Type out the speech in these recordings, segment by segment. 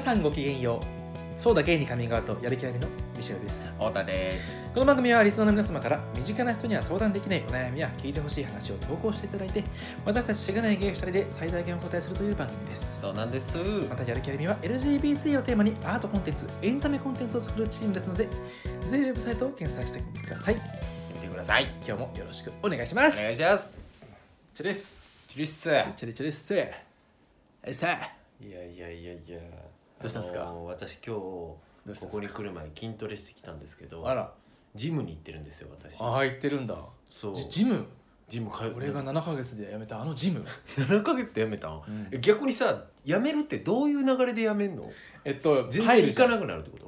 さんごきげんようそうだゲイにカミングアウトやる気ありのミシェルです太田ですこの番組はリスナーの皆様から身近な人には相談できないお悩みや聞いてほしい話を投稿していただいて私たちしがないゲイ2人で最大限お答えするという番組ですそうなんですまたやる気ありみは LGBT をテーマにアートコンテンツエンタメコンテンツを作るチームですのでぜひウェブサイトを検索してみてください見てください今日もよろしくお願いしますお願いしますチュですチュリッスチュリチュリっすえさいやいやいやいやどうしたんすかあのー私今日こどうしたんすかこに来る前に筋トレしてきたんですけどあらジムに行ってるんですよ私ああ言ってるんだそうジジムジム通俺が7ヶ月で辞めたあのジム7ヶ月で辞めたん、うんえ逆にさ辞めるってどういう流れで辞めんのえっと全入然る行じかゃんなくなるってこ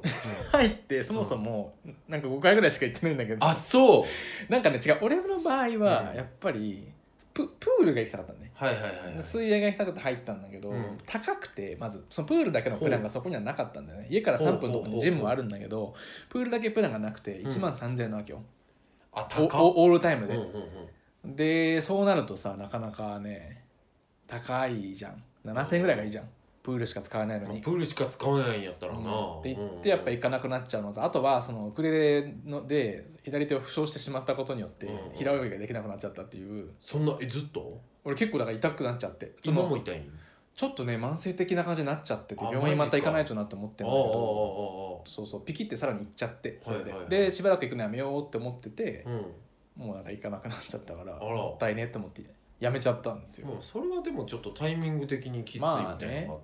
と、入ってそもそもなんか5回ぐらいしか行ってないんだけどあそうなんかね違う俺の場合はうんやっぱりププールが行きたかったのねはいはいはいはい水泳が行きたくて入ったんだけど、うん高くてまずそのプールだけのプランがそこにはなかったんだよね家から3分のとこにジムはあるんだけどプールだけプランがなくてうん1万3000円なわけよ、あお高っおオールタイうんムで、うんうんでそうなるとさなかなかね高いじゃん7000円ぐらいがいいじゃんプールしか使わないのまあにプールしか使わないんやったらな、って言ってやっぱ行かなくなっちゃうのとあとはそのウクレレので左手を負傷してしまったことによってうん平泳ぎができなくなっちゃったっていうそんなえずっと俺結構だから痛くなっちゃってそ今もの痛いんちょっとね慢性的な感じになっちゃっててあ病院マまジたか行かないとなって思ってんだけどあそうそうピキってさらに行っちゃってそれではいはいはいでしばらく行くのやめようって思っててああああうんもうなんか行かなくなっちゃったからあらもったいねって思ってやめちゃったんですよもうそれはでもちょっとタイミング的にきついみたいなのがあっ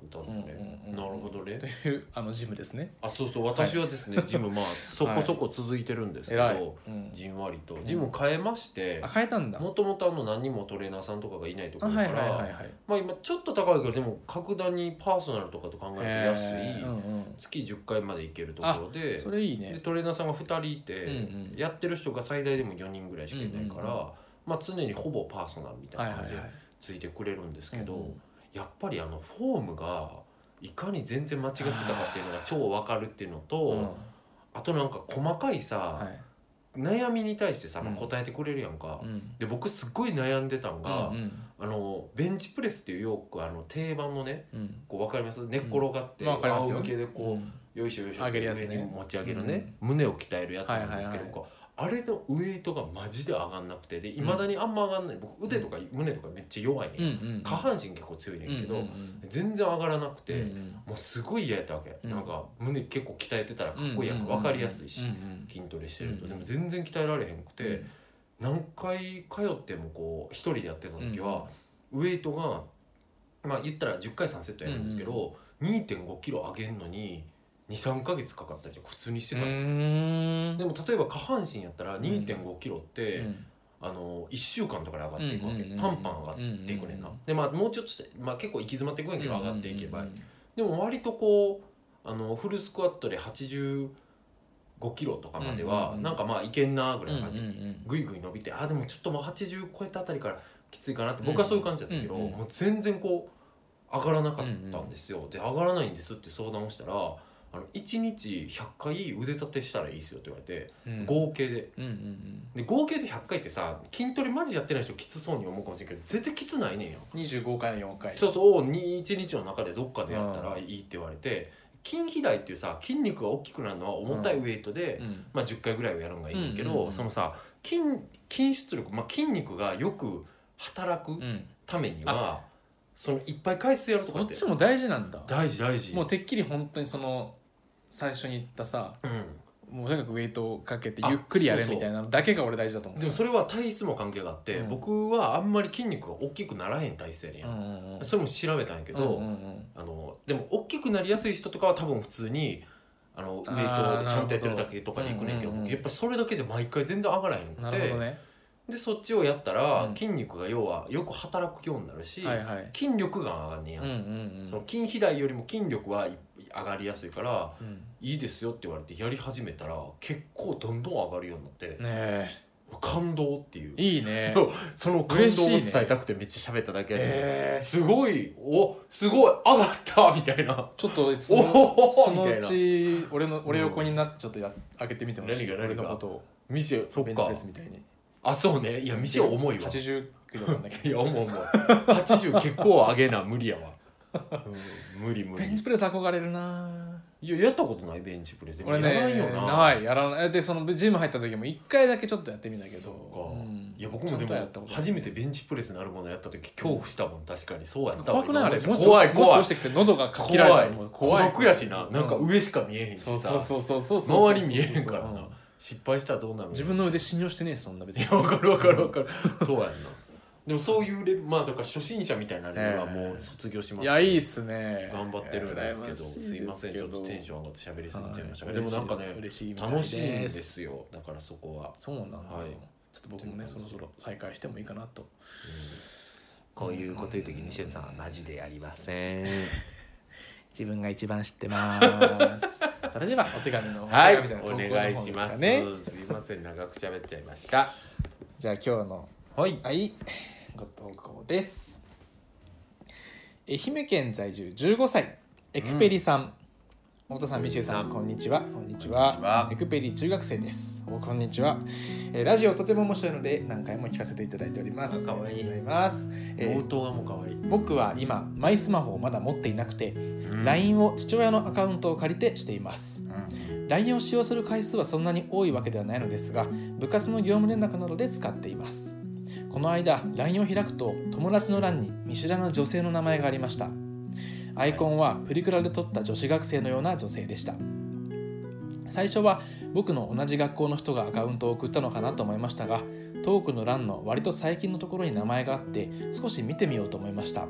たまあんで、ねうんうんうんなるほどねというあのジムですねあそうそう私はですね、ジム まあそこそこ続いてるんですけど、偉いうんじんわりとジム変えましてあ変えたんだもともとあの何人もトレーナーさんとかがいないとこあろはだいかはいら、はいはいまあ今ちょっと高いけどでも格段にパーソナルとかと考えると安い、へーうんうん月10回まで行けるところでそれいいでねトレーナーさんが2人いて、うんうんやってる人が最大でも4人ぐらいしかいないから、うんうんうんまあ、常にほぼパーソナルみたはいいなはい感はじでいついてくれるんですけど、うんうんやっぱりあのフォームがいかに全然間違ってたかっていうのが超わかるっていうのと、うあとなんか細かいさ、んはい悩みに対してさ、まあうん答えてくれるやんか。うんで僕すっごい悩んでたんが、うんうんあのベンチプレスっていうよくあの定番のねうんこう分かります寝っ転がって、まあわかりますよ仰向けでこう、うんよいしょよいしょ上げるやつね上に持ち上げるね、胸を鍛えるやつなんですけど、はいはいはいこうあれのウエイトがマジで上がんなくてでいまだにあんま上がんない僕腕とか胸とかめっちゃ弱いね、うんうん下半身結構強いねんけど、うんうん全然上がらなくて、うんうんもうすごい嫌やったわけ、うんなんか胸結構鍛えてたらかっこいいやんか、うんうんうん分かりやすいし、うんうん筋トレしてると、うんでも全然鍛えられへんくて、うん何回通ってもこう一人でやってた時は、ウエイトがまあ言ったら10回3セットやるんですけど、2 5キロ上げるのに23ヶ月かかったりとか普通にしてうた、ーんでも例えば下半身やったらん2 5キロって、うんあの1週間とかで上がっていくわけ、うんうんうんパンパン上がっていくねんな、でまあもうちょっとして、まあ、結構行き詰まっていくんやけど上がっていけば、うんうんでも割とこうあのフルスクワットで85キロとかまでは、うんうんうんなんかまあいけんなぐらいの感じ、うんうんうんぐいぐい伸びてあでもちょっともう80超えたあたりからきついかなってうん僕はそういう感じだったけど、うんうんもう全然こう上がらなかったんですよ、で上がらないんですって相談をしたらあの1日100回腕立てしたらいいですよって言われて、うん合計でうんうんで合計で100回ってさ筋トレマジやってない人きつそうに思うかもしれんけど全然きつないねんやうん25回4回そうそう1日の中でどっかでやったうらんいいって言われて筋肥大っていうさ筋肉が大きくなるのは重たいウエイトで、うんまあ、10回ぐらいはやるのがいいんだけど、うんうんうんそのさ筋筋出力、まあ、筋肉がよく働くうんためには、そのいっぱい回数やるとかそっってちも大事なんだ大事大事もうてっきり本当にその最初に言ったさうん、もうとにかくウェイトをかけてあゆっくりやれそうそうみたいなのだけが俺大事だと思うでもそれは体質も関係があって、うん僕はあんまり筋肉が大きくならへん体質やねんうや、んうんうんそれも調べたんやけど、うんうんうんあのでも大きくなりやすい人とかは多分普通にあのウエイトをちゃんとやってるだけとかにいくねんけどあーなるほどうんうんうんやっぱりそれだけじゃ毎回全然上がらへんくなるほて、どねでそっちをやったらうん筋肉が要はよく働くようになるし、はいはい筋力が上がんねんや、うんうんうんその筋肥大よりも筋力はい上がりやすいからうんいいですよって言われてやり始めたら結構どんどん上がるようになって、ね感動っていうえいい ねそうその感動を嬉しい伝ねえたくてめっちゃ喋っただけやねんえーすごいおすごい上がったみたいな。ちょっとそのおおそのみたいうなち俺の俺横になってちょっとや開けてみてほしい何が何が俺のことをミシェそっベンチプかレスみたいにあそうねいやミシェ重いわ80キロなんだいけやど重い重い80結構上げな無理やわうん無理無ベ理ンチプレス憧れるないややったことないベンチプレスでも俺やねらないよなないやらないでそのジム入った時も一回だけちょっとやってみたけどそっかうんいや僕もでちゃんともはやったことない初めてベンチプレスなるものやった時恐怖したもん確かにそうやったわ怖くないあれ今もし怖いもし怖い落ちてきて喉がかきられた怖らいもう孤怖い独やしなうんなんか上しか見えへんしそうさそうそうそうそうそう周り見えへんからうな失敗したらどうなる自分の腕信用してねえしそんな別いにや分かる分かる分かるそうやんなでもそういうレベまあだから初心者みたいなレベルはもう卒業しまいしたやけどいいっすね頑張ってるんですけど羨しすいませんでちけょっどとテンション上がって喋りすぎちゃいましたはけいどでもなんかね嬉しいみた楽しいんでですすよだからそこはそうなんだ、はいちょっと僕もねそろそろ再開してもいいかなとこういうこと言う時にしゅんさんはマジでやりません自分が一番知っ てます。それではお手紙のおはい、手紙じゃなおい願い投稿しのま。方ですすかすね。いません、長く喋っちゃいました。じゃあ今日のはい、はいご投稿です。愛媛県在住15歳エクペリさん。太田さん、みしゅうさん、こんにちは。こんにこんにちちはは。エクペリ中学生です。おこんにちは。えーラジオとても面白いので何回も聞かせていただいております。あかわいいありがとうございます。えー冒頭がもう可愛い。僕は今マイスマホをまだ持っていなくて、うん LINE を父親のアカウントを借りてしています。LINE を使用する回数はそんなに多いわけではないのですが部活の業務連絡などで使っていますこの間 LINE を開くと友達の欄に見知らぬ女性の名前がありましたアイコンはプリクラで撮った女子学生のような女性でした最初は僕の同じ学校の人がアカウントを送ったのかなと思いましたがトークの欄の割と最近のところに名前があって少し見てみようと思いました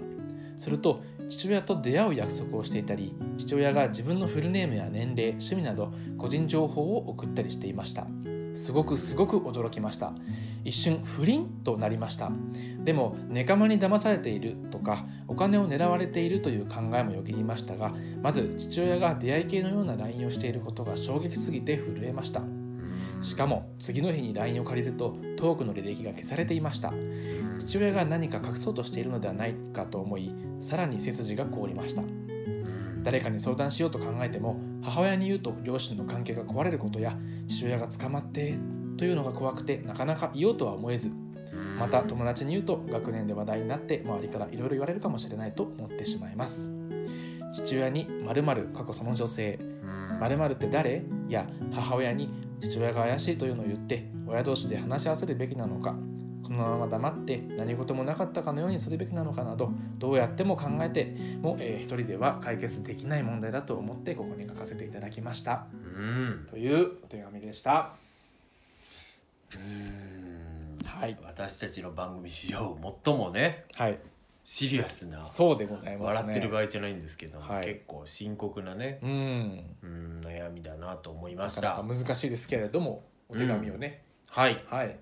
すると父親と出会う約束をしていたり父親が自分のフルネームや年齢趣味など個人情報を送ったりしていましたすごくすごく驚きました一瞬不倫となりましたでも寝かまに騙されているとかお金を狙われているという考えもよぎりましたがまず父親が出会い系のような LINE をしていることが衝撃すぎて震えましたしかも次の日に LINE を借りるとトークの履歴が消されていました父親が何か隠そうとしているのではないかと思いさらに背筋が凍りました誰かに相談しようと考えても母親に言うと両親の関係が壊れることや父親が捕まってというのが怖くてなかなか言おうとは思えずまた友達に言うと学年で話題になって周りからいろいろ言われるかもしれないと思ってしまいます父親に「〇〇過去その女性」〇〇って誰や母親に父親が怪しいというのを言って親同士で話し合わせるべきなのかこのまま黙って何事もなかったかのようにするべきなのかなどどうやっても考えても、えー一人では解決できない問題だと思ってここに書かせていただきましたうん。というお手紙でしたはい私たちの番組史上最もねはいシリアスなそうでございますね笑ってる場合じゃないんですけど、はい結構深刻なねうんうん悩みだなと思いまなしかたなか難しいですけれどもお手紙をね、はいはい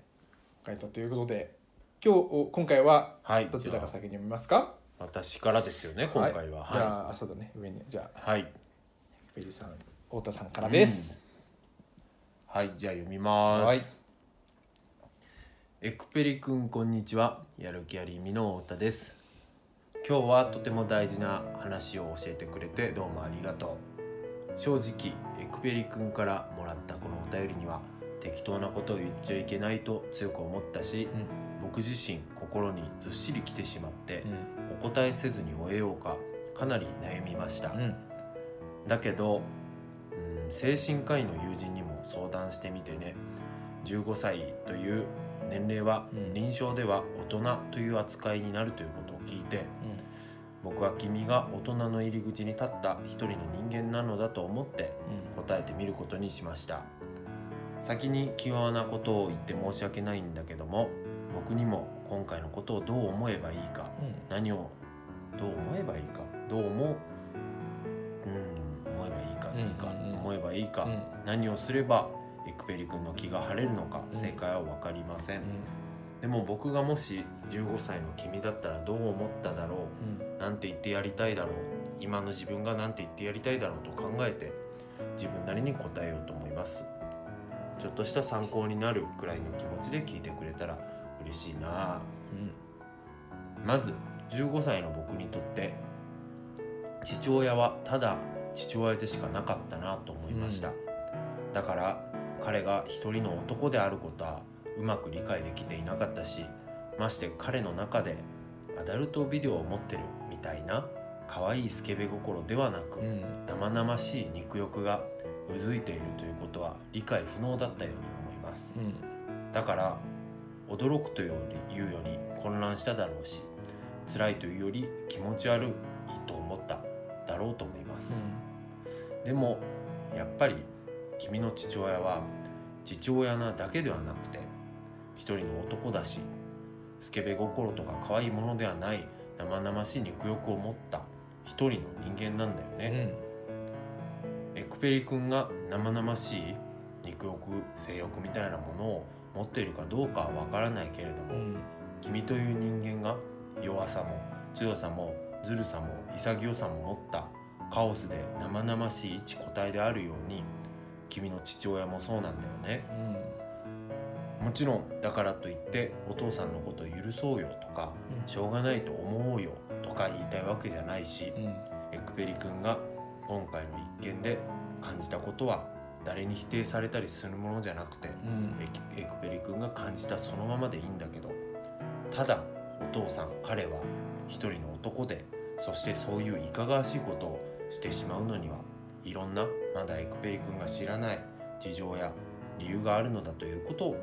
書いたということで今日お今回ははいどちらがじゃ先に読みますかあ私からですよね今回はじはゃあ、あそうだね、上に、じゃあ、いはいペリさん、太田さんからです。はいじゃあ読みます、はいエクペリくんこんにちはやる気ありみの太田です今日はとても大事な話を教えてくれてどうもありがとう正直エクペリくんからもらったこのお便りには適当なことを言っちゃいけないと強く思ったし、僕自身心にずっしりきてしまって、お答えせずに終えようかかなり悩みました、うん、うん、だけど、うん、精神科医の友人にも相談してみてね15歳という年齢はうん臨床では大人という扱いになるということを聞いて僕は君が大人の入り口に立った一人の人間なのだと思って答えてみることにしました先に気弱なことを言って申し訳ないんだけども僕にも今回のことをどう思えばいいかう何をどう思えばいいかどう思ううん思えばいいかうんいいか、うん思えばいいか、ん、うん、何をすればエクペリ君の気が晴れるのかうん正解は分かりません、でも僕がもし15歳の君だったらどう思っただろうん、うなんて言ってやりたいだろう今の自分がなんて言ってやりたいだろうと考えて自分なりに答えようと思いますちょっとした参考になるくらいの気持ちで聞いてくれたら嬉しいなあまず15歳の僕にとって父親はただ父親でしかなかったなと思いました、うんだから彼が一人の男であることはうまく理解できていなかったしまして彼の中でアダルトビデオを持ってるみたいな可愛いスケベ心ではなく、うん生々しい肉欲がうずいているということは理解不能だったように思いますうんだから驚くというより言うより混乱しただろうし辛いというより気持ち悪いと思っただろうと思います、でもやっぱり君の父親は父親なだけではなくて一人の男だしスケベ心とか可愛いものではない生々しい肉欲を持った一人の人間なんだようね、んエクペリ君が生々しい肉欲性欲みたいなものを持っているかどうかはわからないけれども、うん君という人間が弱さも強さもずるさも潔さも持ったカオスで生々しい一個体であるように君の父親もそうなんだよねうんもちろんだからといってお父さんのことを許そうよとかしょうがないと思うよとか言いたいわけじゃないしうんエクペリ君が今回の一件で感じたことは誰に否定されたりするものじゃなくてうんエクエクペリ君が感じたそのままでいいんだけどただお父さん彼は一人の男でそしてそういういかがわしいことをしてしまうのにはいろんなまだエクペリ君が知らない事情や理由があるのだということを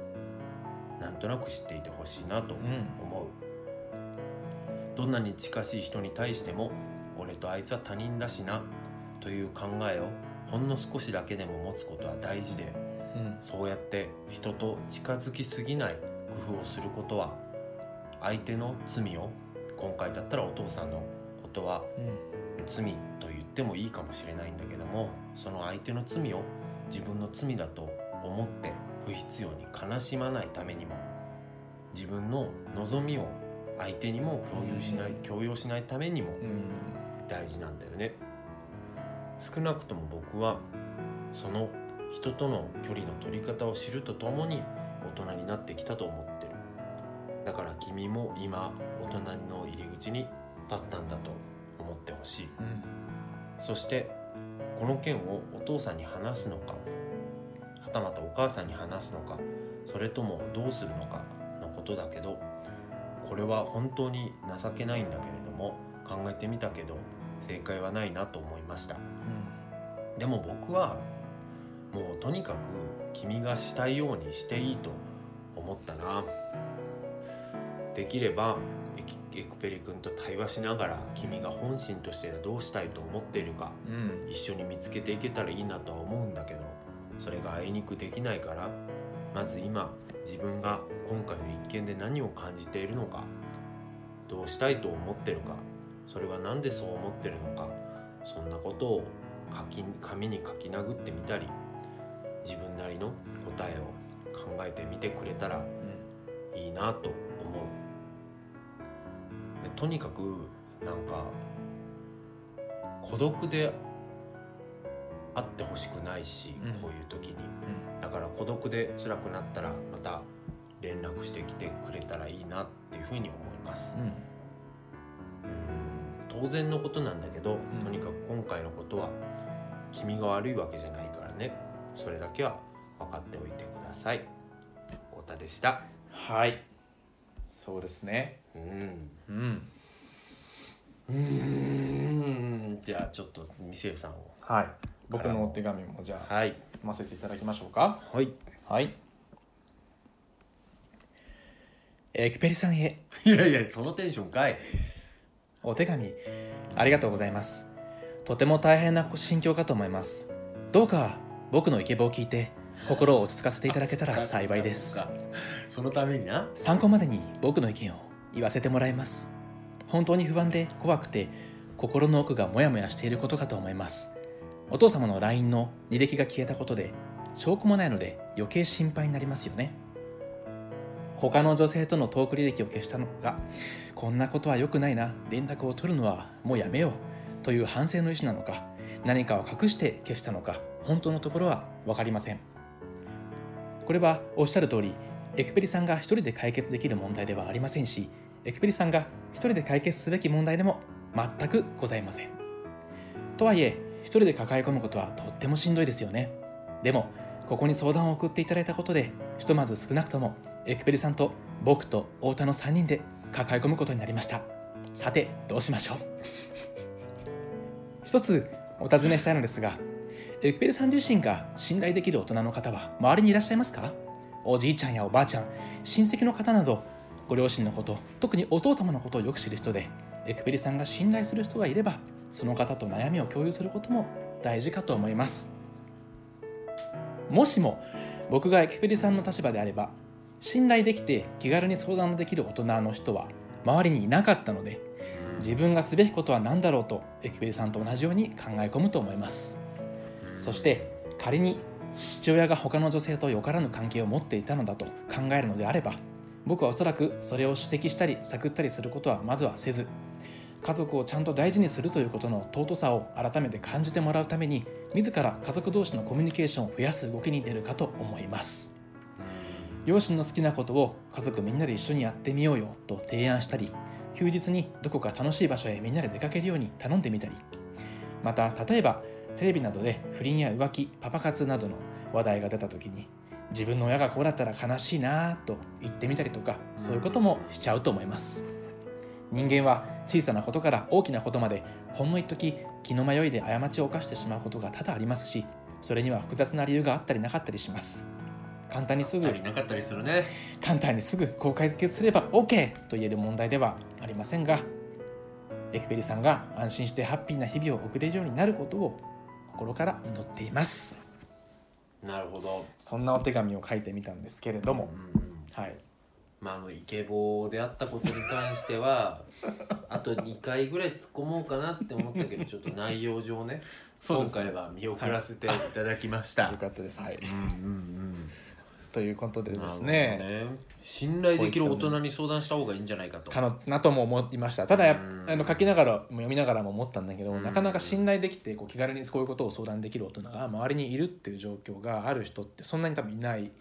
なんとなく知っていてほしいなとうん思うどんなに近しい人に対しても俺とあいつは他人だしなという考えをほんの少しだけでも持つことは大事でうんそうやって人と近づきすぎない工夫をすることは相手の罪を今回だったらお父さんのことは罪と言ってもいいかもしれないんだけどもその相手の罪を自分の罪だと思って不必要に悲しまないためにも自分の望みを相手にも共有しない強要しないためにもうん大事なんだよね少なくとも僕はその人との距離の取り方を知るとともに大人になってきたと思ってるだから君も今大人の入り口に立ったんだと思ってほしいうんそしてこの件をお父さんに話すのかはたまたお母さんに話すのかそれともどうするのかのことだけどこれは本当に情けないんだけれども考えてみたけど正解はないなと思いましたでも僕はもうとにかく君がしたいようにしていいと思ったなできればエキエクペリ君と対話しながら君が本心としてどうしたいと思っているかうん一緒に見つけていけたらいいなとは思うんだけどそれがあいにくできないからまず今自分が今回の一件で何を感じているのかどうしたいと思ってるかそれは何でそう思ってるのかそんなことを書き紙に書き殴ってみたり自分なりの答えを考えてみてくれたらいいなと思うでとにかくなんか孤独であってほしくないし、うんこういう時にだから孤独で辛くなったらまた連絡してきてくれたらいいなっていうふうに思いますうんうん当然のことなんだけど、うんとにかく今回のことは君が悪いわけじゃないからねそれだけは分かっておいてください太田でしたはいそうですねうんうんうーんじゃあちょっと店さんをはい僕のお手紙もじゃあはい読ませていただきましょうかはいはいエクペリさんへいやいやそのテンションかいお手紙ありがとうございますとても大変な心境かと思いますどうか僕のイケボを聞いて心を落ち着かせていただけたら幸いですあそっかそのためにな参考までに僕の意見を言わせてもらいます本当に不安で怖くて心の奥がモヤモヤしていることかと思いますお父様の LINE の履歴が消えたことで証拠もないので余計心配になりますよね他の女性とのトーク履歴を消したのがこんなことは良くないな連絡を取るのはもうやめようという反省の意思なのか何かを隠して消したのか本当のところは分かりませんこれはおっしゃる通りエクペリさんが一人で解決できる問題ではありませんしエクペリさんが一人で解決すべき問題でも全くございませんとはいえ一人で抱え込むことはとってもしんどいですよねでもここに相談を送っていただいたことでひとまず少なくともエクペリさんと僕と太田の3人で抱え込むことになりましたさてどうしましょう一つお尋ねしたいのですがエクペルさん自身が信頼できる大人の方は周りにいらっしゃいますかおじいちゃんやおばあちゃん親戚の方などご両親のこと特にお父様のことをよく知る人でエクペリさんが信頼する人がいればその方と悩みを共有することも大事かと思いますもしも僕がエクペリさんの立場であれば信頼できて気軽に相談のできる大人の人は周りにいなかったので自分がすべきことは何だろうとエクペリさんと同じように考え込むと思いますそして仮に父親が他の女性とよからぬ関係を持っていたのだと考えるのであれば僕はおそらくそれを指摘したり探ったりすることはまずはせず家族をちゃんと大事にするということの尊さを改めて感じてもらうために自ら家族同士のコミュニケーションを増やす動きに出るかと思います両親の好きなことを家族みんなで一緒にやってみようよと提案したり休日にどこか楽しい場所へみんなで出かけるように頼んでみたりまた例えばテレビなどで不倫や浮気パパ活などの話題が出た時に自分の親がこうだったら悲しいなぁと言ってみたりとかそういうこともしちゃうと思います人間は小さなことから大きなことまでほんの一時気の迷いで過ちを犯してしまうことが多々ありますしそれには複雑な理由があったりなかったりします簡単にすぐ足りなかったりするね簡単にすぐこう解決すれば OK と言える問題ではありませんがエクペリさんが安心してハッピーな日々を送れるようになることを心から祈っていますなるほど、そんなお手紙を書いてみたんですけれどもう、んはい、まあ、あのイケボーであったことに関して はあと2回ぐらい突っ込もうかなって思ったけどちょっと内容上ねそう今ですね回は見送らせていただきましたよ。かったですはいうんうんということでうんですねなるほどね信頼できる大人に相談した方がいいんじゃないかと。かのなとも思いましたただやっうんあの書きながらも読みながらも思ったんだけど、うんなかなか信頼できてこう気軽にこういうことを相談できる大人が周りにいるっていう状況がある人ってそんなに多分いない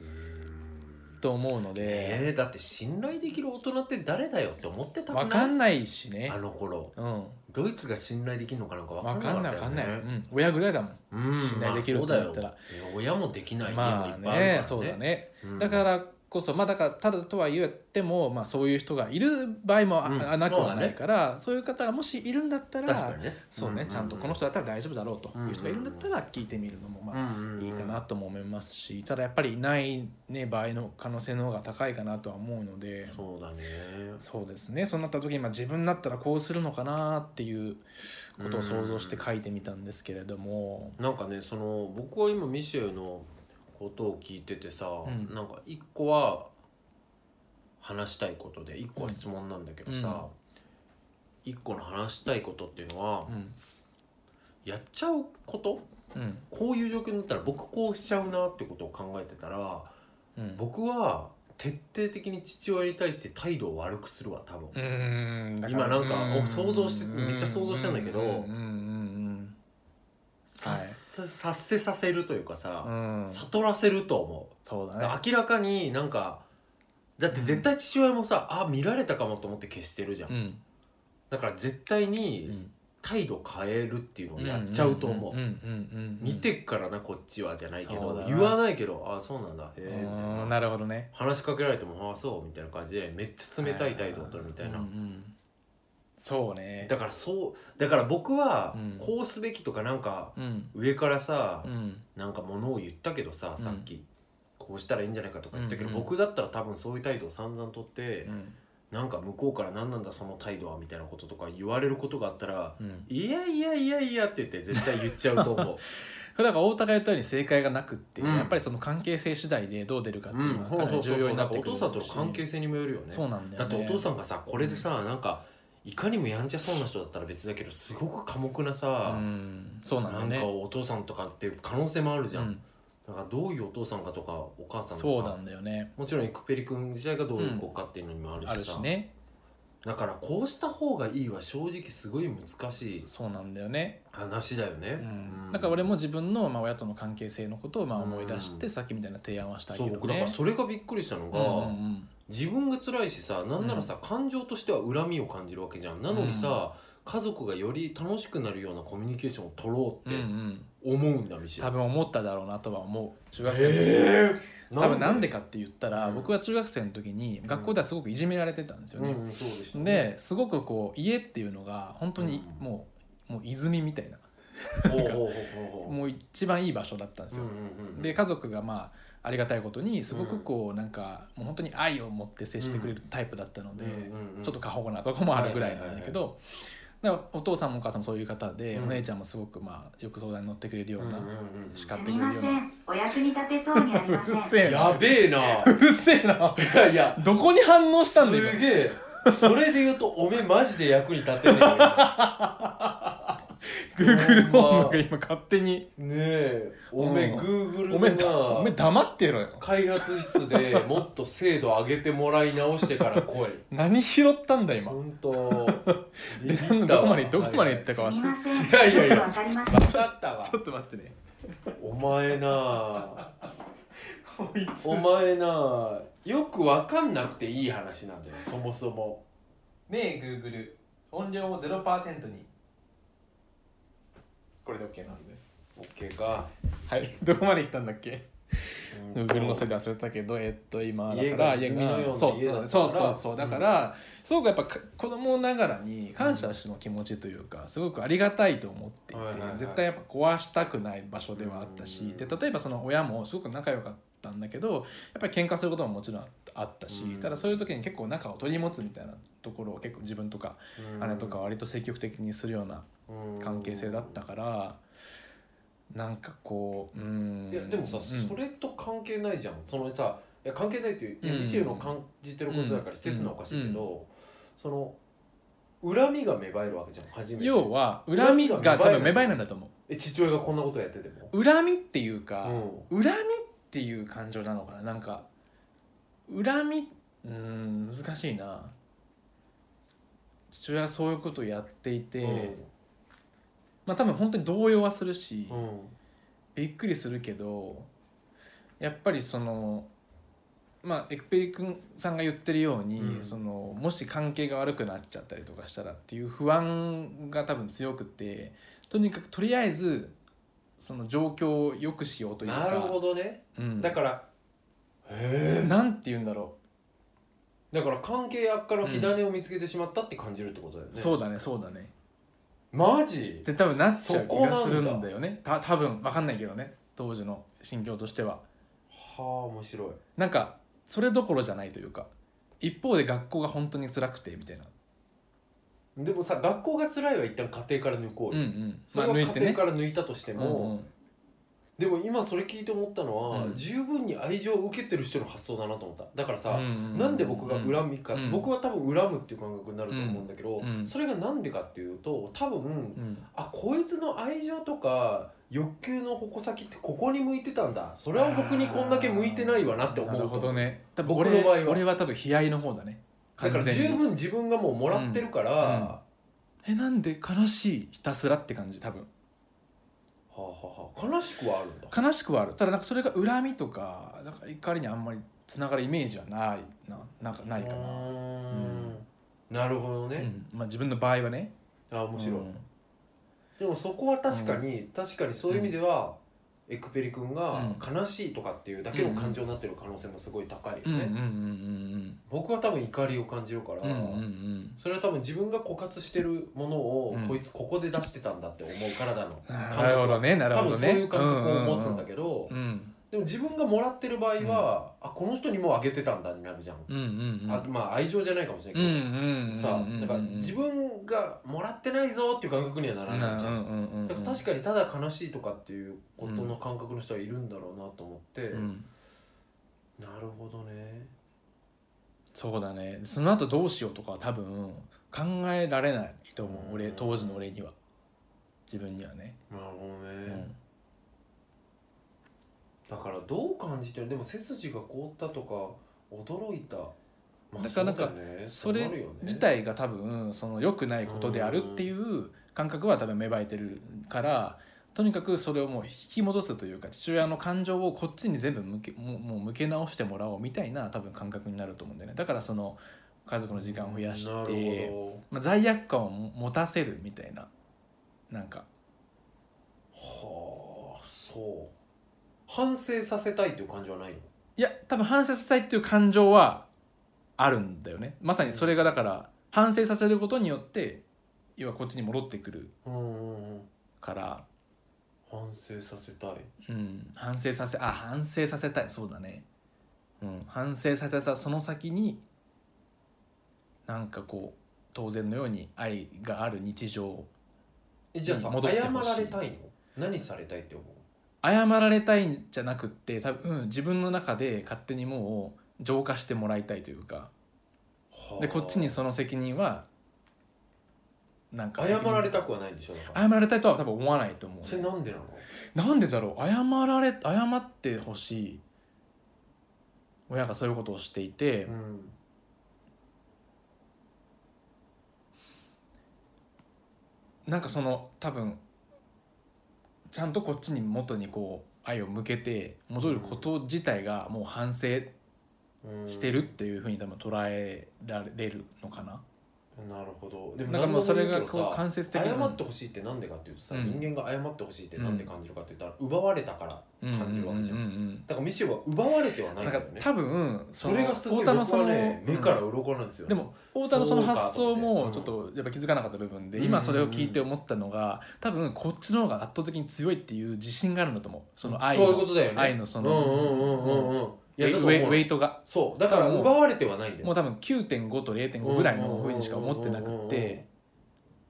と思うので、えー、だって信頼できる大人って誰だよって思ってたわかんないしねあの頃うんドイツが信頼できるのかなんかわ分かかんんなないいわかんない、うん、親ぐらいだもんうん信頼できるって言ったらまあそうだよ親もできない家もいまっあぱいあねるかそうらだねねうんだからこそまあだからただとは言っても、まあ、そういう人がいる場合もあ、うんあなくはそうだなねいから、そういう方がもしいるんだった確からにねそうね、ちゃんとこの人だったら大丈夫だろうという人がいるんだったら聞いてみるのもまあいいいかなとも思いますしただやっぱりいない、ね、場合の可能性の方が高いかなとは思うのでそうだねそうですねそうなった時に、まあ、自分だったらこうするのかなっていうことを想像して書いてみたんですけれども。なんかねその僕は今ミシェルのことを聞いててさ、うんなんか一個は話したいことで一個は質問なんだけどさ、一個の話したいことっていうのは、うんやっちゃうことうんこういう状況になったら僕こうしちゃうなってことを考えてたらうん、僕は徹底的に父親に対して態度を悪くするわ多分、うーんだら今なんかうーお想像してめっちゃ想像したんだけどうんうんうんさっさ察せさせるというかさ、うんうん悟らせると思そうう、だね明らかになんかだって絶対父親もさ、あ見られたかもと思って消してるじゃん、うんだから絶対うにん態度変えるっていうのをやっちゃうと思う,、んんうんうん見てっからなこっちはじゃないけそうどだな言わないけどあそうなんだうへえみたいーなんなるほどね話しかけられても「ああそう」みたいな感じでめっちゃ冷たい態度を取るみたいな、うんうんそうねだからそうだから僕はうんこうすべきとかなんかうん上からさ、うんなんかものを言ったけどさ、うんさっきこうしたらいいんじゃないかとか言ったけど、うんうん僕だったら多分そういう態度を散々とって、うんなんか向こうから「何なんだその態度は」みたいなこととか言われることがあったらうん「いやいやいやいや」って言って絶対言っちゃうと思う。これなんか太田が言ったように正解がなくって、うんやっぱりその関係性次第でどう出るかってう いうんの、そがうかそなりうそう重要にななんかっておくる父さんとの関係性性にもよるよね。そうなんだよだっねてお父さんがさこれでさ、なんかいかにもやんちゃそうな人だったら別だけどすごく寡黙なさう、んそうなんだなよんねかお父さんとかっていう可能性もあるじゃん、うんだからどういうお父さんかとかお母さんとかそうなんだよねもちろんエクペリ君自体がどういう子かっていうのにもあるしさ、あるしねだからこうした方がいいは正直すごい難しいそうなんだよね話だよね、うんうだから俺も自分のまあ親との関係性のことをまあ思い出してうんさっきみたいな提案はしたいけそどうね僕だからそれがびっくりしたのが、うんうんうん自分が辛いしさなんならさ、感情としては恨みを感じるわけじゃんなのにさ、家族がより楽しくなるようなコミュニケーションを取ろううんうってん思うんだみし多分思っただろうなとは思う中学生の時えー、多分なんでかって言ったら、うん僕は中学生の時に学校ではすごくいじめられてたんですよね、うん、そうでしたねですごくこう家っていうのが本当にうんもう,、もう泉みたいなほうほうほうほうほもう一番いい場所だったんですうよん。うんうんで家族がまあありがたいことにすごくこうなんかもう本当に愛を持って接してくれるタイプだったので、うんうんちょっと過保護なとこもあるぐらいなんだけど。だからお父さんもお母さんもそういう方で、うんお姉ちゃんもすごくまあよく相談に乗ってくれるような、うんうんうんうん叱っすてくれみるようませなんお役に立てそうにあり まうせんるせえなやべえなうるせえないやいやどこに反応したんだよすげえそれで言うとおめえマジで役に立てねえよ Google ホームほんがま今勝手にねえおめえうん Google おめえだおのめえな黙ってろよ開発室 でもっと精度上げてもらい直してから来い何拾ったんだ今 本 当でなんだどこまでどこまで行ったかす忘みれませんいやいやいやよくわかりません間違ったわちょっと待ってねお前なこいつお前なよくわかんなくていい話なんだよそもそもねえ Google 音量を0%にこれで OK なんです OK かはいどこまで行ったんだっけ Google のせいで忘れたけどえっと今だから家が泉のようなそう家だったそうそうからうそうそうんだから、すごくやっぱか子供ながらに感謝の気持ちというかすごくありがたいと思っていて、はいはいはい絶対やっぱ壊したくない場所ではあったし、うんで例えばその親もすごく仲良かったんだけどやっぱり喧嘩することももちろんあったし、うんただそういう時に結構仲を取り持つみたいなところを結構自分とかうん姉とかは割と積極的にするようなうん関係性だったからなんかこううんいやでもさ、うんそれと関係ないじゃんそのさいや関係ないっていういやうんミシェルの感じてることだかうんら否定するのはおかしいけど、その恨みが芽生えるわけじゃん初めて要は恨みが多分芽生えなんだと思え父親がこんなことやってても、う恨みっていううか、ん恨みっていう感情なのかななんか恨みうん難しいな父親はそういうことをやっていて、まあ多分本当に動揺はするし、うんうんびっくりするけどやっぱりそのまあエクペリ君さんが言ってるように、うんそのもし関係が悪くなっちゃったりとかしたらっていう不安が多分強くてとにかくとりあえずその状況を良くしようというかなるほどね、うん、だからへえなんて言うんだろだから関係悪化の火種を見つけてしまったって感じるってことだよう、ね、そうだねそうだねマジで多分なっちゃう気がするそこなんんだだよねた多分わかんないけどね当時の心境としてははあ面白いなんかそれどころじゃないというか一方で学校が本当に辛くてみたいなでもさ学校が辛いは一旦家庭から抜こううんよ、うん、それは家庭から抜いたとしても、うんうんでも今それ聞いて思ったのは、うん十分に愛情を受けてる人の発想だなと思っただからうさ、んうんなんで僕が恨みか、うん僕は多分恨むっていう感覚になると思うんだけど、うんそれがなんでかっていうと多分、うんあこいつの愛情とか欲求の矛先ってここに向いてたんだそれは僕にこんだけ向いてないわなって思うなるほどね多分僕の俺場合は俺は多分悲哀の方だねだから完全に十分自分がもうもらってるから、んうんはえなんで悲しいひたすらって感じ多分あはあはあ悲しくはあるんだ悲しくはあるただなんかそれが恨みとかなんか怒りにあんまりつながるイメージはないななんかないかうな、ーうんんなるほどうね、んまあ、自分の場合はねあ面白い、うんでもそこは確かに、確かにそういう意味では、エクペリ君が悲しいとかっていうだけの感情になってる可能性もすごい高いよね、うんうんうん僕は多分怒りを感じるから、うんうんうんうんうんそれは多分自分が枯渇してるものを、うんこいつここで出してたんだって思うからだのなるほどねなる多ほ分どそねういう感覚を持つんだけど、うんでも自分がもらってる場合は、あこの人にもあげてたんだになるじゃん、うんうんうんあまあ愛情じゃないかもしれうなんいけうど、んうんさうんうんうんだから自分がもらってないぞっていう感覚にはならないじゃん、うんうんうんうんだから確かにただ悲しいとかっていうことの感覚の人はいるんだろうなと思って、うんなるほどねそうだねその後どうしようとかは多分考えられないと思う俺うん当時の俺には自分にはね、なるほどうね、ん、だからどう感じてるでも背筋が凍ったとか驚いた、まだかそらうだよねそれうなるよね自体が多分その良くないことであるっていう感覚は多分芽生えてるからとにかくそれをもう引き戻すというか父親の感情をこっちに全部向けもうもう向け直してもらおうみたいな多分感覚になると思うんだよねだからその家族の時間を増やして、なるほまあ、罪悪感を持たせるみたいななんかどはあそう反省させたいっていう感じはないのいや多分反省させたいっていう感情はあるんだよねまさにそれがだから反省させることによって要はこっちに戻ってくるうんうんうんから、反省させたいうん、反省させあ反省させたいそうだね、うん、反省させたその先になんかこう当然のように愛がある日常をえじゃあさ戻って謝ほしいられたいの何されたいって思う謝られたいんじゃなくって多分自分の中で勝手にもう浄化してもらいたいというかはあでこっちにその責任はなんか謝られたくくはないんでしょだから謝られたいとは多分思わないと思うね、それなんでなのなんでだろう謝られ謝ってほしい親がそういうことをしていて、うんなんかその多分ちゃんとこっちに元にこう愛を向けて戻ること自体がもう反省うんしてるっていうふうに多分捉えられるのかな。なるほどでなんかもうそれが何でもいいけどこさう間接的に謝ってほしいってなんでかっていうとさ、うん人間が謝ってほしいってなんで感じるかって言ったら、奪われたから感じるわけじゃん,、うんうんうんだからミシェルは奪われてはうなんいなんんだかよね多分そのれがすごい太田の僕そはのね目から鱗なんですよ、でも太田のその発想もそちょうっかととやっぱ気づかなかった部分でうん今それを聞いて思ったのが多分こっちの方が圧倒的に強いっていう自信があるんだと思うその愛そういうのことだよね愛のそうんうんうんうんのうんいウェやイだと思ウうェイよウェイトがそうだからだからもう奪われてはないんだもうよ多分9.5と0.5ぐらいのふうにしか思ってなくって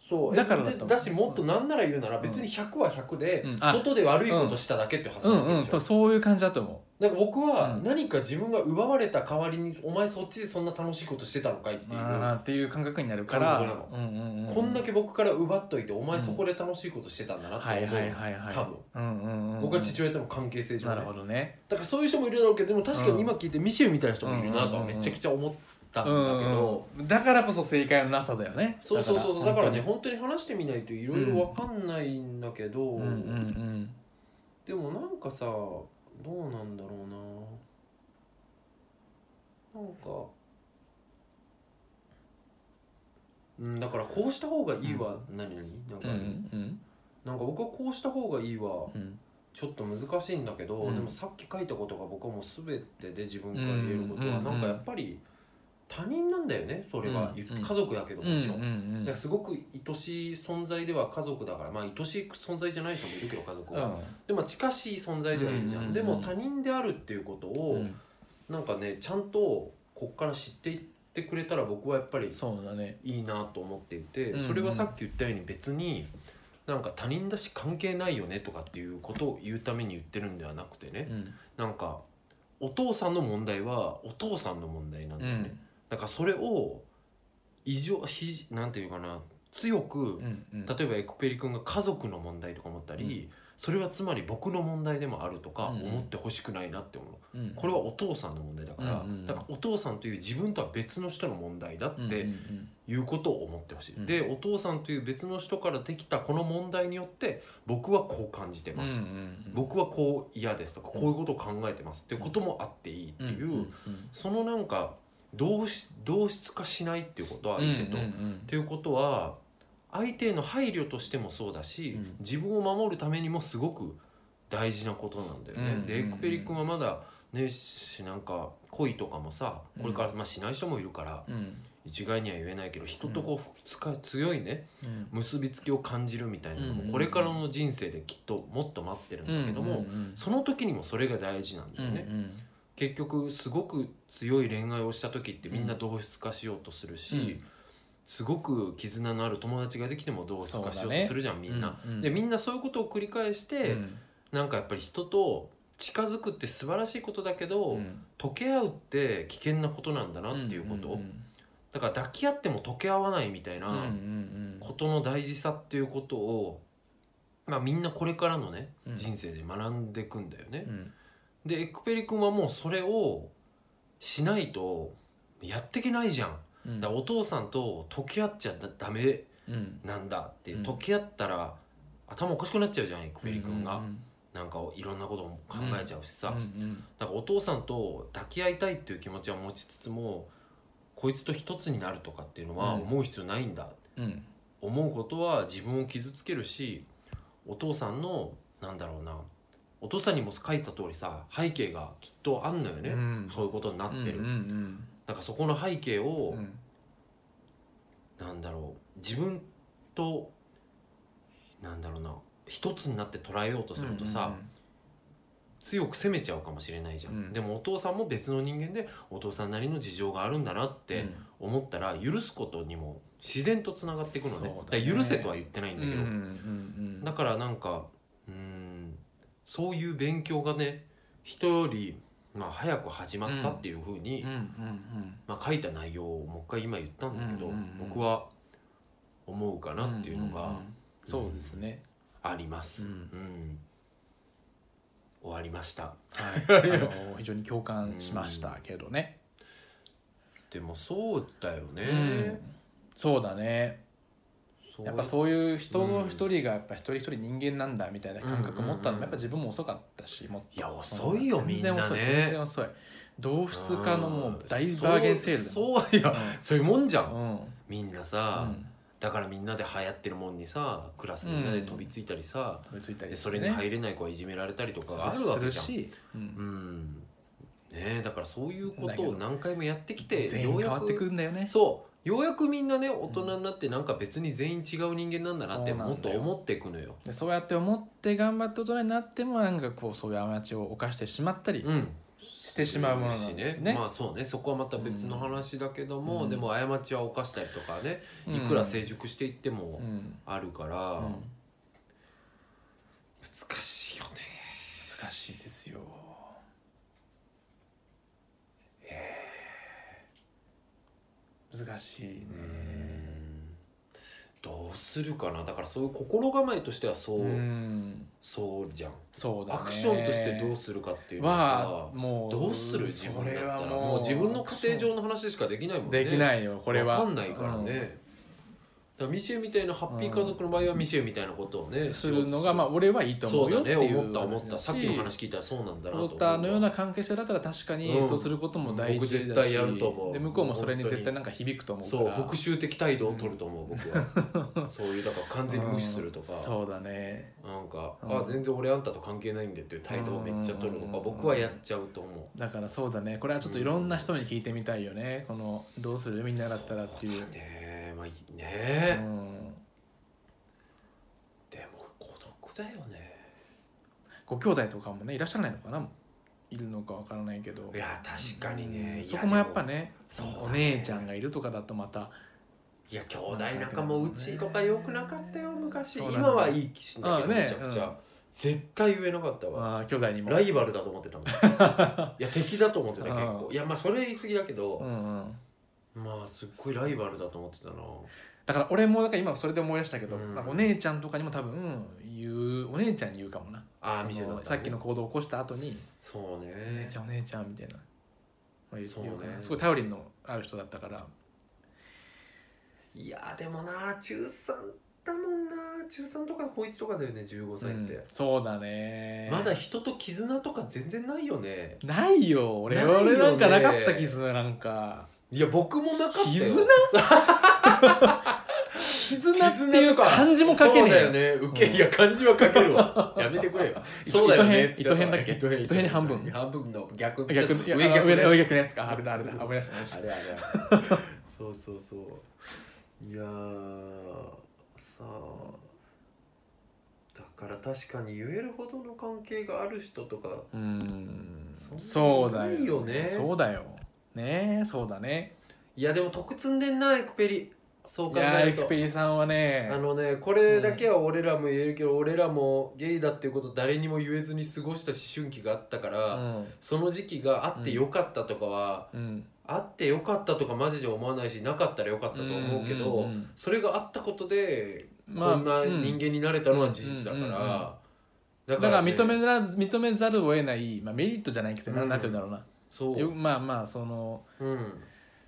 そうだからだとで思うだしもっとなんなら言うなら別に100は100で、うんあ外で悪いことしただけって発う想なんわけうでんしょとそういう感じだと思なんか僕はうん何か自分が奪われた代わりに、お前そっちでそんな楽しいことしてたのかいっていうう、あーっていう感覚になるから感覚うんうんうんこんだけ僕から奪っといてお前そこで楽しいことしてたんだなってはい思う、はいはいはい多分うんうんうん僕は父親との関係性上、ねなるほどねだからそういう人もいるだろうけどでも確かに今聞いてミシェルみたいな人もいるなとはうんうんうめんちゃくちゃ思ったんだうけど、んうんだからこそ正解のなさだよねそうそうそうそうだからね本本当に話してみないといろいろわかんないんだけど、当にうんうんうんでもなんかさどうなんだろうななんかうんだからこうした方がいいわ、何々なんか、うんうんなんか僕はこうした方がいいわうんちょっと難しいんだけど、うんでもさっき書いたことが僕はもう全てで自分から言えることは、うんなんかやっぱり他人なんだよねそれは、うん言っうん家族だけどもちろん。うんうんうんだからすごく愛しい存在では家族だからまあ愛しい存在じゃない人もいるけど家族は、でも近しい存在ではいいじゃん,、うんうんでうんも他人であるっていうことうを、んなんかねちゃんとこっから知っていってくれたら僕はやっぱりそうだねいいなと思っていて、うんうんそれはさっき言ったように別になんか他人だし関係ないよねとかっていうことを言うために言ってるんではなくてね、うんなんかお父さんの問題はお父さんの問題なんだよね、なんかそれを異常ひなんていうかな強くうんうん例えばエクペリ君が家族の問題とか思ったり、それはつまり僕の問題でもあるとかうん思ってほしくないなって思う、うんこれはお父さんの問題だから、うんうんだからお父さんという自分とは別の人の問題だっうんてうんいうことを思ってほしい、うんでお父さんという別の人からできたこの問題によって僕はこう感じてうんます、うんうん僕はこう嫌ですとかこういうことを考えてますっていうこともあっていいっていう、んんそのなんか同質同質化しないっていうことは相手と。うんうんっていうことは相手への配慮としてもそうだし、うん自分を守るためにもすごく大事なことなんだよね。うんでエクペリ君はまだねしなんか恋とかもさこれから、まあ、しない人もいるからうんうん一概には言えないけど人とこう、つか強いねうん結びつきを感じるみたいなのうんもこれからの人生できっともっと待ってるんだけども、うんうんその時にもそれが大事なんだうんよね。うん結局すごく強い恋愛をした時ってみんな同質化しようとするし、うんすごく絆のある友達ができても同質化しようとするじゃん、みんな。うんうんでみんなそういうことを繰り返して、うんなんかやっぱり人と近づくって素晴らしいことだけど、うん溶け合うって危険なことなんだなっていうこと、うんだから抱き合っても溶け合わないみたいうんうんなうんことの大事さっていうことを、まあ、みんなこれからのねうん人生で学んでいくんだよね。うんでエクペリ君はもうそれをしないとやってけないじゃん。うんだからお父さんと溶け合っちゃダメうんなんだっていう、うん溶け合ったら頭おかしくなっちゃうじゃんエクペリ君が、うんうんなんかいろんなことも考えちゃうしさ、うんうんなんかお父さんと抱き合いたいっていう気持ちは持ちつつもこいつと一つになるとかっていうのはうん思う必要ないんだ、うん思うことは自分を傷つけるしお父さんのなんだろうなお父さんにも書いた通りさ背景がきっとあんのよね、うんそういうことになってる、うんうんなんかそこの背景を、うんなんだろう自分となんだろうな一つになって捉えようとするとさ、強く責めちゃうかもしれないじゃん、うんでもお父さんも別の人間でお父さんなりの事情があるんだなっうてん思ったら許すことにも自然とつながっていくのねそうだだねから許せとは言ってないんうんだけど、うんうんだからなんかうーんそういう勉強がね人より、まあ、早く始まったっていうふうに、うんうんまあ、書いた内容をもう一回今言ったんだけど、うんうんうん僕は思うかなっていうのんがんそうですねあります。うんうん終わりましたはい あの非常に共感しましたけどねでもそうだよね、うんそうだねそうやっぱそういうう人ん一人がやっぱ一人一人人間なんだみたいな感覚持ったのもやっぱ自分も遅かったしもっといや遅いよみんなね全然遅い全然遅い同質化のもう大バーゲンセールだそうそういやそういうもんじゃん、うんうんみんなさ、だからみんなで流行ってるもんにさクラスみんなで飛びついたりさ、飛びついたりでしてそれに入れない子はいじめられたりとかがあるわけじゃんするし、うんうんねえだからそういうこだとけどを何回もやってきて全よ員う変やわってくくんだよねそうようやくみんなね大人になってなんか別に全員違う人間なんだなってそうなんだもよっと思っていくのよ。でそうやって思って頑張って大人になってもなんかこうそういう過ちを犯してしまったりうん、してしまうものなんですね。まあそうねそこはまた別の話だけども、うんでも過ちは犯したりとかね、うんいくら成熟していってうもんあるから、うん難しいよね難しいですよ。難しいね。どうするかなだからそういう心構えとしてはそう、うん、そうじゃんそうだね。アクションとしてどうするかっていうのははもうどうする自分だったらそれはもう自分の家庭上の話しかできないもんねできいないよこれは。分かんないからね、だからミシェルみたいなハッピー家族の場合はミシェルみたいなことをね、うん。するのがまああ俺はいいと思うよっていうそうだね思った思った話さだっしきの話聞いたらそうなんだなとロ思ーうターのような関係性だったら確かうにんそうすることも大事だし、僕絶対やると思うで向こうもそれに絶対なんか響くと思うかそうら復讐的態度を取ると思う、僕 はそういうだから完全に無視するとか、うんそうだねなんか、うんあ全然俺あんたと関係ないんでっていう態度をめっちゃ取るとか、うん僕はやっちゃうと思だからそうだねこれはちょっといろんな人に聞いてみたいよねこのどうするうみんなだったらっていうそだねまあいいうね、んでも孤独だよねご兄弟とかもねいらっしゃらないのかないるのかわからないけどいや確かにね、うんいそこもやっぱでねそうだねお姉ちゃんがいるとかだとまたいや兄弟なんかもううちとかよくなかったよ昔、そうなんだ今はいい気しないけど、うんねめちゃくちゃ、うん絶対言えなかったわあー兄弟にもライバルだと思って たもんいや敵だと思ってた結構うんいやまあそれ言い過ぎだけど、うんうんまあすっごいライバルだと思ってたなだから俺もなんか今それで思い出したけど、うんなんかお姉ちゃんとかにも多分言うお姉ちゃんに言うかもなああその見せたさっきの行動を起こした後にそうね「お姉ちゃんお姉ちゃん」みたいな、まあ、言うそうね言うかなすごい頼りのある人だったからいやでもな中3だもんな中3とか高1とかだよね15歳って、うんそうだねまだ人と絆とか全然ないよねないよ俺ないよね俺なんかなかった絆なんかいや僕もなかったよ絆絆ってい 絆うとか漢字も書けそうねだよえね受うんけいや漢字は書けるわやめてくれよ そうだよね糸編糸編だっけ糸編糸編に半分半分の逆よ逆ちいょやっあと上上逆逆ね上逆のやつかあれだあれだ思い出した思い出しあたれあれあれそうそうそういやーさあだから確かに言えるほどの関係がある人とかうんそそんうなだのないよねそうだよねえそうだねいやでも得積んでんなエクペリそうい考やえーエるとクペリさんはねあのねこれだけは俺らも言えるけど、俺らもゲイだっていうこと誰にも言えずに過ごした思春期があったから、うんその時期があってよかったとかは、うんあってよかったとかマジで思わないしなかったらよかったと思うけど、んんそれがあったことでまあこんなうん人間になれたのは事実だかうんうんうんうらんだだから認ねめらず認めざるを得ない、まあ、メリットじゃないけど、なうんなんて言うんだろうなそよう、まあまあそのうん、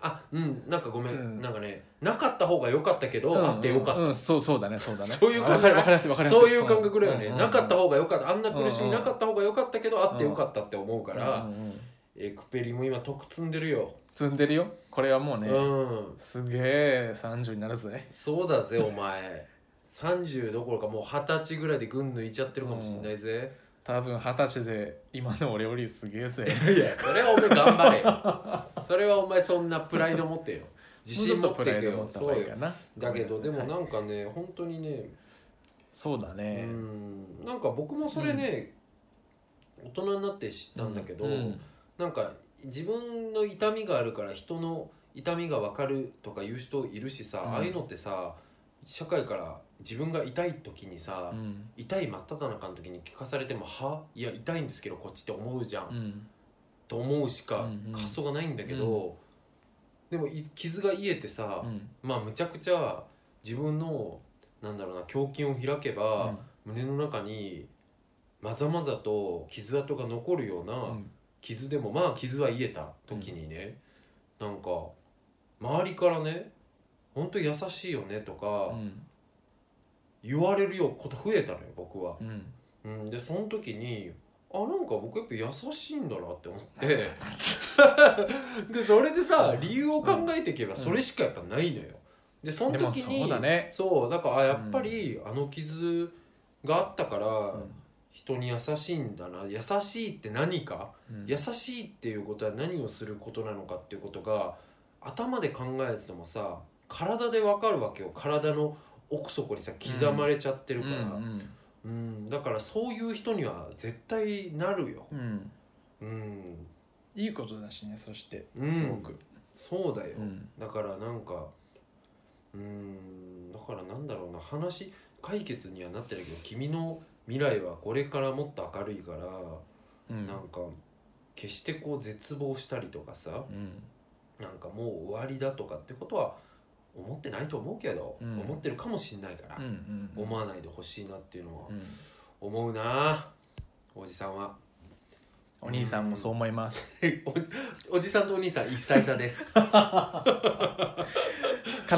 あうんなんかごめん、うんなんかねなかった方が良かったけど、うんあってよかった、うん、そうそうだねそうだねそういう感わ覚かりわかりやすいわかりやすいそういう感覚だよね、うんうんなかった方が良かったあんな苦しみうんうんなかった方が良かったけど、あって良かったって思うから、うんうんうんエクペリも今得積んでるよ、積んでるよこれはもうね、うんすげえ30になるぜそうだぜお前 30どころかもう二十歳ぐらいで群抜いちゃってるかもしんないぜ、多分二十歳で今の俺よりすげえぜいやそれはお前頑張れよそれはお前そんなプライド持ってよ 自信持っもうちょとプてライけド持よった方そがういいよかなだけどでもななんかね本当にねそうだねうんなんか僕もそれね、大人になって知ったんだけど、うんなんか自分の痛みがあるから人の痛みが分かるとか言う人いるしさ、うんああいうのってさ社会から自分が痛い時にさ、うん痛い真っ只中の時に聞かされても「はいや痛いんですけどこっち」って思うじゃん、うんと思うしうかんうん発想がないんだけど、でもい傷が癒えてさ、うんまあむちゃくちゃ自分のなんだろうな胸筋を開けば、胸の中にまざまざと傷跡が残るよううなん傷でもまあ傷は癒えた時にね、なんか周りからね「ほんと優しいよね」とうかん言われるようこと増えたのよ僕は。うんうん、でその時にあなんか僕やっぱ優しいんだなって思って でそれでさ理由を考えていけばうんそれしかやっぱないのよ。でそのでも時にそうだねそうだからあやっぱりあの傷があったから、人に優しいんだな優しいって何か、うん優しいっていうことは何をすることなのかっていうことが頭で考えててもさ体でわかるわけよ体の奥底にさ刻まれちゃってるから、うんうん、だからそういう人には絶対なるよ。うんうんうん、いいことだしねそしてうんすごくそうだよ。うんだからなんか、うん、だからなんだろうな話解決にはなってるけど、君の未来はこれからもっと明るいから、うんなんか決してこう絶望したりとかさ、うんなんかもう終わりだとかってことは思ってないと思うけど、うん思ってるかもしんないから、うんうん思わないでほしいなっていうのはうん思うな。おじさんは。お兄さんもそう思いますおおじさんとお兄さん1歳差です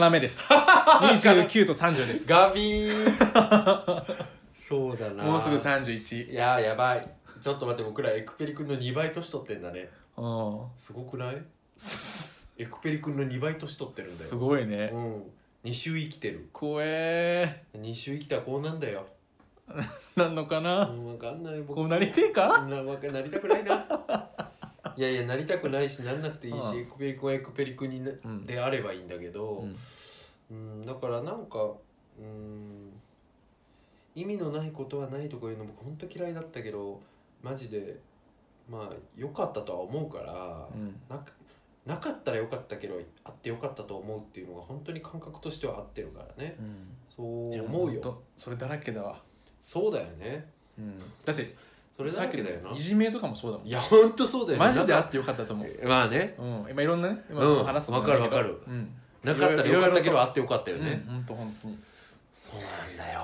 要 です29と30ですガビーそうだなもうすぐ31いやーやばいちょっと待って僕らエクペリ君の2倍年取ってんだねうん すごくないすエクペリ君の2倍年取ってるんだよすごいねうん2週生きてる怖え2週生きたらこうなんだよ、なんのかう、なん分かんない僕こうなりてえかなわけなりたくないないやいやなりたくないしなんなくていいし、うんエクペリ君はエクペリ君にな、うんであればいいんだけど、うんうん、だからなんかうん意味のないことはないとか言うの僕ほんと嫌いだったけどマジでまあ良かったとは思うから、うんなくなかったら良かったけどあって良かったと思うっていうのが本当に感覚としては合ってるからねそういや思うほんよとそれだらけだわそうだよねうんだってそれさだっきけのだよないじめとかもそうだもんいやほんとそうだよねマジであなんっかてよかったと思うまあねうん今いろんなね今うん話すことないけどわかるわかうんなかったら良かったけいろいろどとあって良かったよね、うんほんとほんとにそうなんだよ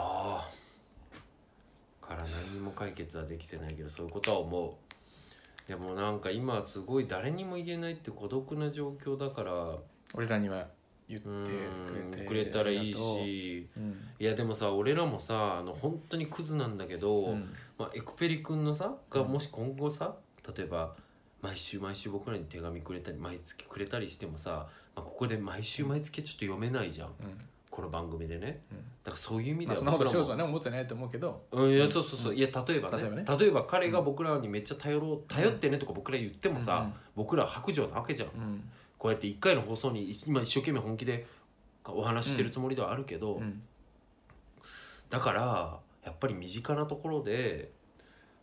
から何にも解決はできてないけどそういうことは思うでもなんか今すごい誰にも言えないって孤独な状況だから俺らには言ってうんくれてくれたらいいあしりがとううんいやでもさ俺らもさあの本当にクズなんだけど、うんまあ、エクペリ君のさがうんもし今後さ例えば毎週毎週僕らに手紙くれたり毎月くれたりしてもさ、まあ、ここで毎週毎月はちょっと読めないじゃんうんこの番組でねうんだからそういう意味まではあそんなことし僕らもようとはね思ってないと思うけどうん、いやそうそうそう、いや例えばね例例ええばばね彼が僕らにめっちゃ頼ろう頼ってねとか僕ら言ってもさ、僕ら白状なわけじゃんうんうんこうやって1回の放送に今一生懸命本気でお話ししてるつもりではあるけど、うんだからやっぱり身近なところで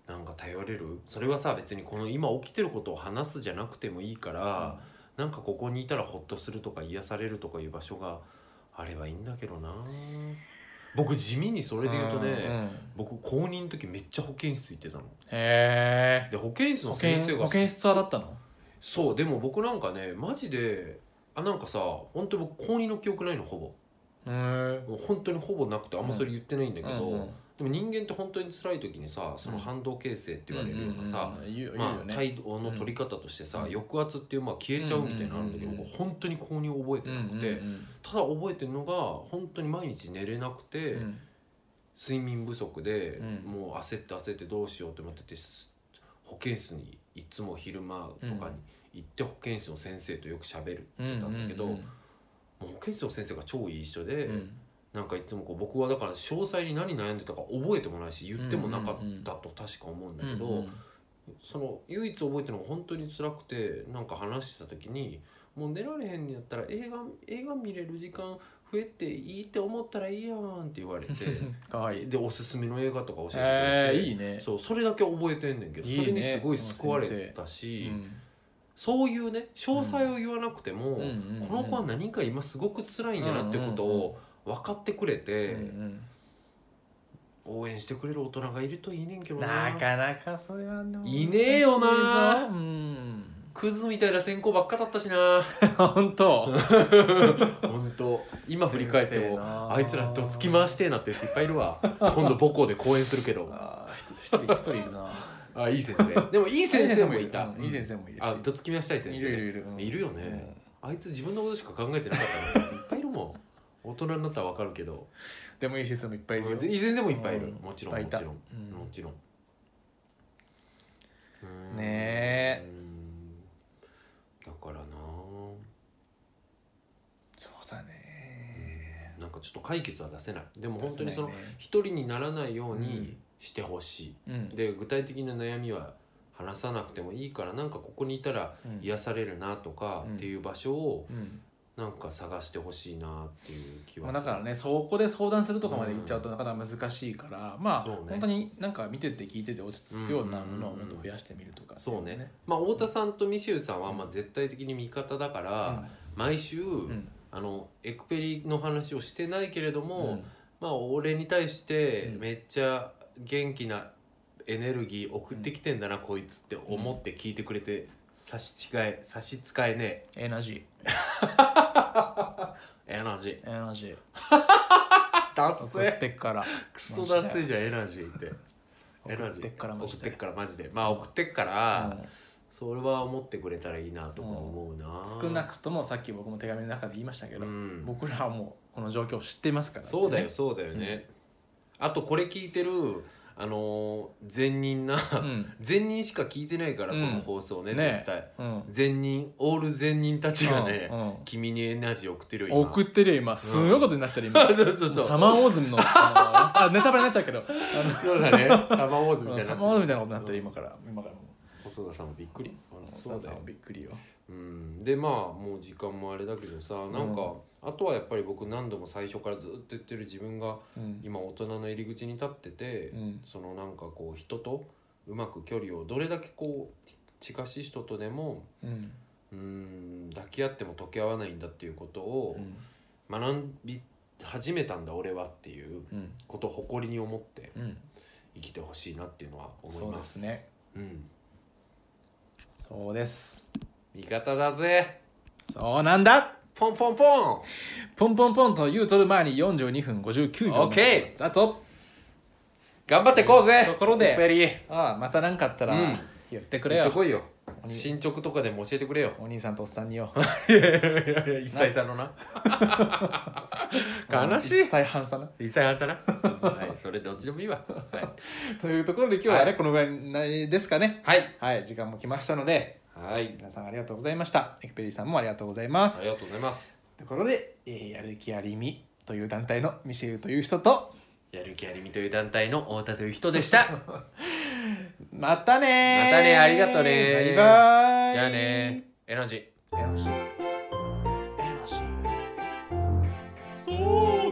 なんか頼れるそれはさ別にこの今起きてることを話すじゃなくてもいいから、なんかここにいたらほっとするとか癒されるとかいう場所があればいいんだけどな僕地味にそれで言うとね、んん僕公認の時めっちゃ保健室行ってたのへえで保健室の保先健生保が健室はだったのそうでも僕なんかねマジであなんかさ本当に僕公認の記憶ないのほぼうんもう本当にほぼなくてあんまそれ言ってないんだけど、うんうんでも人間って本当に辛い時にさその反動形成って言われるようなさ、うんうんうん言う言うまよあ、ね態度の取り方としてさ、うん抑圧っていう、まあ、消えちゃうみたいなのあるんだけど、うんうんうんうん僕本当に公認覚えてなくて、うんただ覚えてるのが本当に毎日寝れなくて、うんうん睡眠不足で、うんもう焦って焦ってどうしようって思っててす保健室にいつも昼間とかに行って保健室の先生とよく喋る、うんってたんだけどううもう保健室の先生が超いい人で、うんなんかいつもこう僕はだから詳細に何悩んでたか覚えてもないし言ってもなかうんうんうったと確か思うんだけうんど、うんその唯一覚えてるのが本当に辛くてなんか話してた時にもう寝られへんやったら映画映画見れる時間増えていいって思ったらいいやんって言わ れてかわいいでおすすめの映画とか教えてくれて、えー、いいねそうそれだけ覚えてんねんけどいいねそれにすごい救われたうしんそういうね詳細を言わなくても、うんうんうんこの子は何か今すごく辛いんやなってことを分かってくれて、うん応援してくれる大人がいるといいねんけうどんななかなかそれはねいねえよな難しい ぞうんクズみたいな選考ばっかだったし な 本当本当今振り返って先生もなあいつらどつき回してえなってやついっぱいいる わ今度母校で講演するけどああ一人一人いるなあいい先生でもいい先生もいたうんいい先生もいるしあどつき回したい先生いるいるいるうんいるよねあいつ自分のことしか考えてなかったのにいっぱいいる もん大人になったらわかるけどうんでもいい先生もいっぱいいるよいい先生もいっぱいいるうんもちろんもいっぱいいたちろんうんもちろんうんねえうんだからなそうだねなんかちょっと解決は出せないでも本当にその出せないね一人にならないよううにんしてほしうんい、で具体的な悩みは話さなくてもいいからなんかここにいたらうん癒されるなとかうんっていう場所をうんなんか探してほしいなっていう気まはあ、すだる、からねそこで相談するとかまで行っちゃうとなかなか難しいから、まあ、そうね本当になんか見てて聞いてて落ち着くようなものをもっと増やしてみるとか、そうね、まあ、太田さんとミシューさんはまあ絶対的に味方だから、毎週、うんうんあのエクペリの話をしてないけれども、うんまあ俺に対してうんめっちゃ元気なエネルギー送ってきてんだな、こいつって思って聞いてくれて差し違え差し使えねエナジえエナジーーエナジーダッ送セってっからクソダッセじゃんエナジーってエ送ナっジてっからーマ送っジてでっからマジでまあ送ってっから、それは思ってくれたらいいなとか思うな、うん少なくともさっき僕も手紙の中で言いましたけど、うん僕らはもうこの状況を知っていますから、そうだよ、そうだよね、あとこれ聞いてるあのー善人な、 うん善人しか聞いてないから、うんこの放送ねね絶対うん、善人オール善人たちがね、うんうん君にエナジー送ってるよ今送ってるよ今すごいことになってる今、そうそうそうサマーウォーズのあのあ ネタバレになっちゃうけどあそうだねサマーウォーズみのたいになってサるマーウォーズみたいなことになってる今から今からもう細田さんもびっくりそうだようびっくりようんでまあもう時間もあれだけどさなんか、あとはやっぱり僕何度も最初からずっと言ってる自分がうん今大人の入り口に立ってて、うんそのなんかこう人とうまく距離をどれだけこう近しい人とでもうんうん抱き合っても溶け合わないんだっていうことをうん学び始めたんだ俺はっていううんことを誇りに思ってうん生きてほしいなっていうのは思そいうでますすねうんそうです味方だぜそうなんだポンポンポンポンポンポンと言うとる前に42分59秒 OK だと頑張ってこうぜところでエクペリーああまた何かあったらうん言ってくれ行っよて、こいよ鬼進捗とかでも教えてくれよお兄さんとおっさん によいやいやいや一切さんのな 悲しい一歳半さな一切あんたなはいそれどっちでもいいわはいというところで今日はね、はいこのぐらいないですかねはい、はい時間も来ましたのではい、皆さんありがとうございましたエクペリーさんもありがとうございまあすりがとうございますところで、えーやる気ありみという団体のミシェルという人とやる気ありみという団体の太田という人で したまたねーまたねありがとうねーバイバイじゃあねエナジーエナジーエナジーそう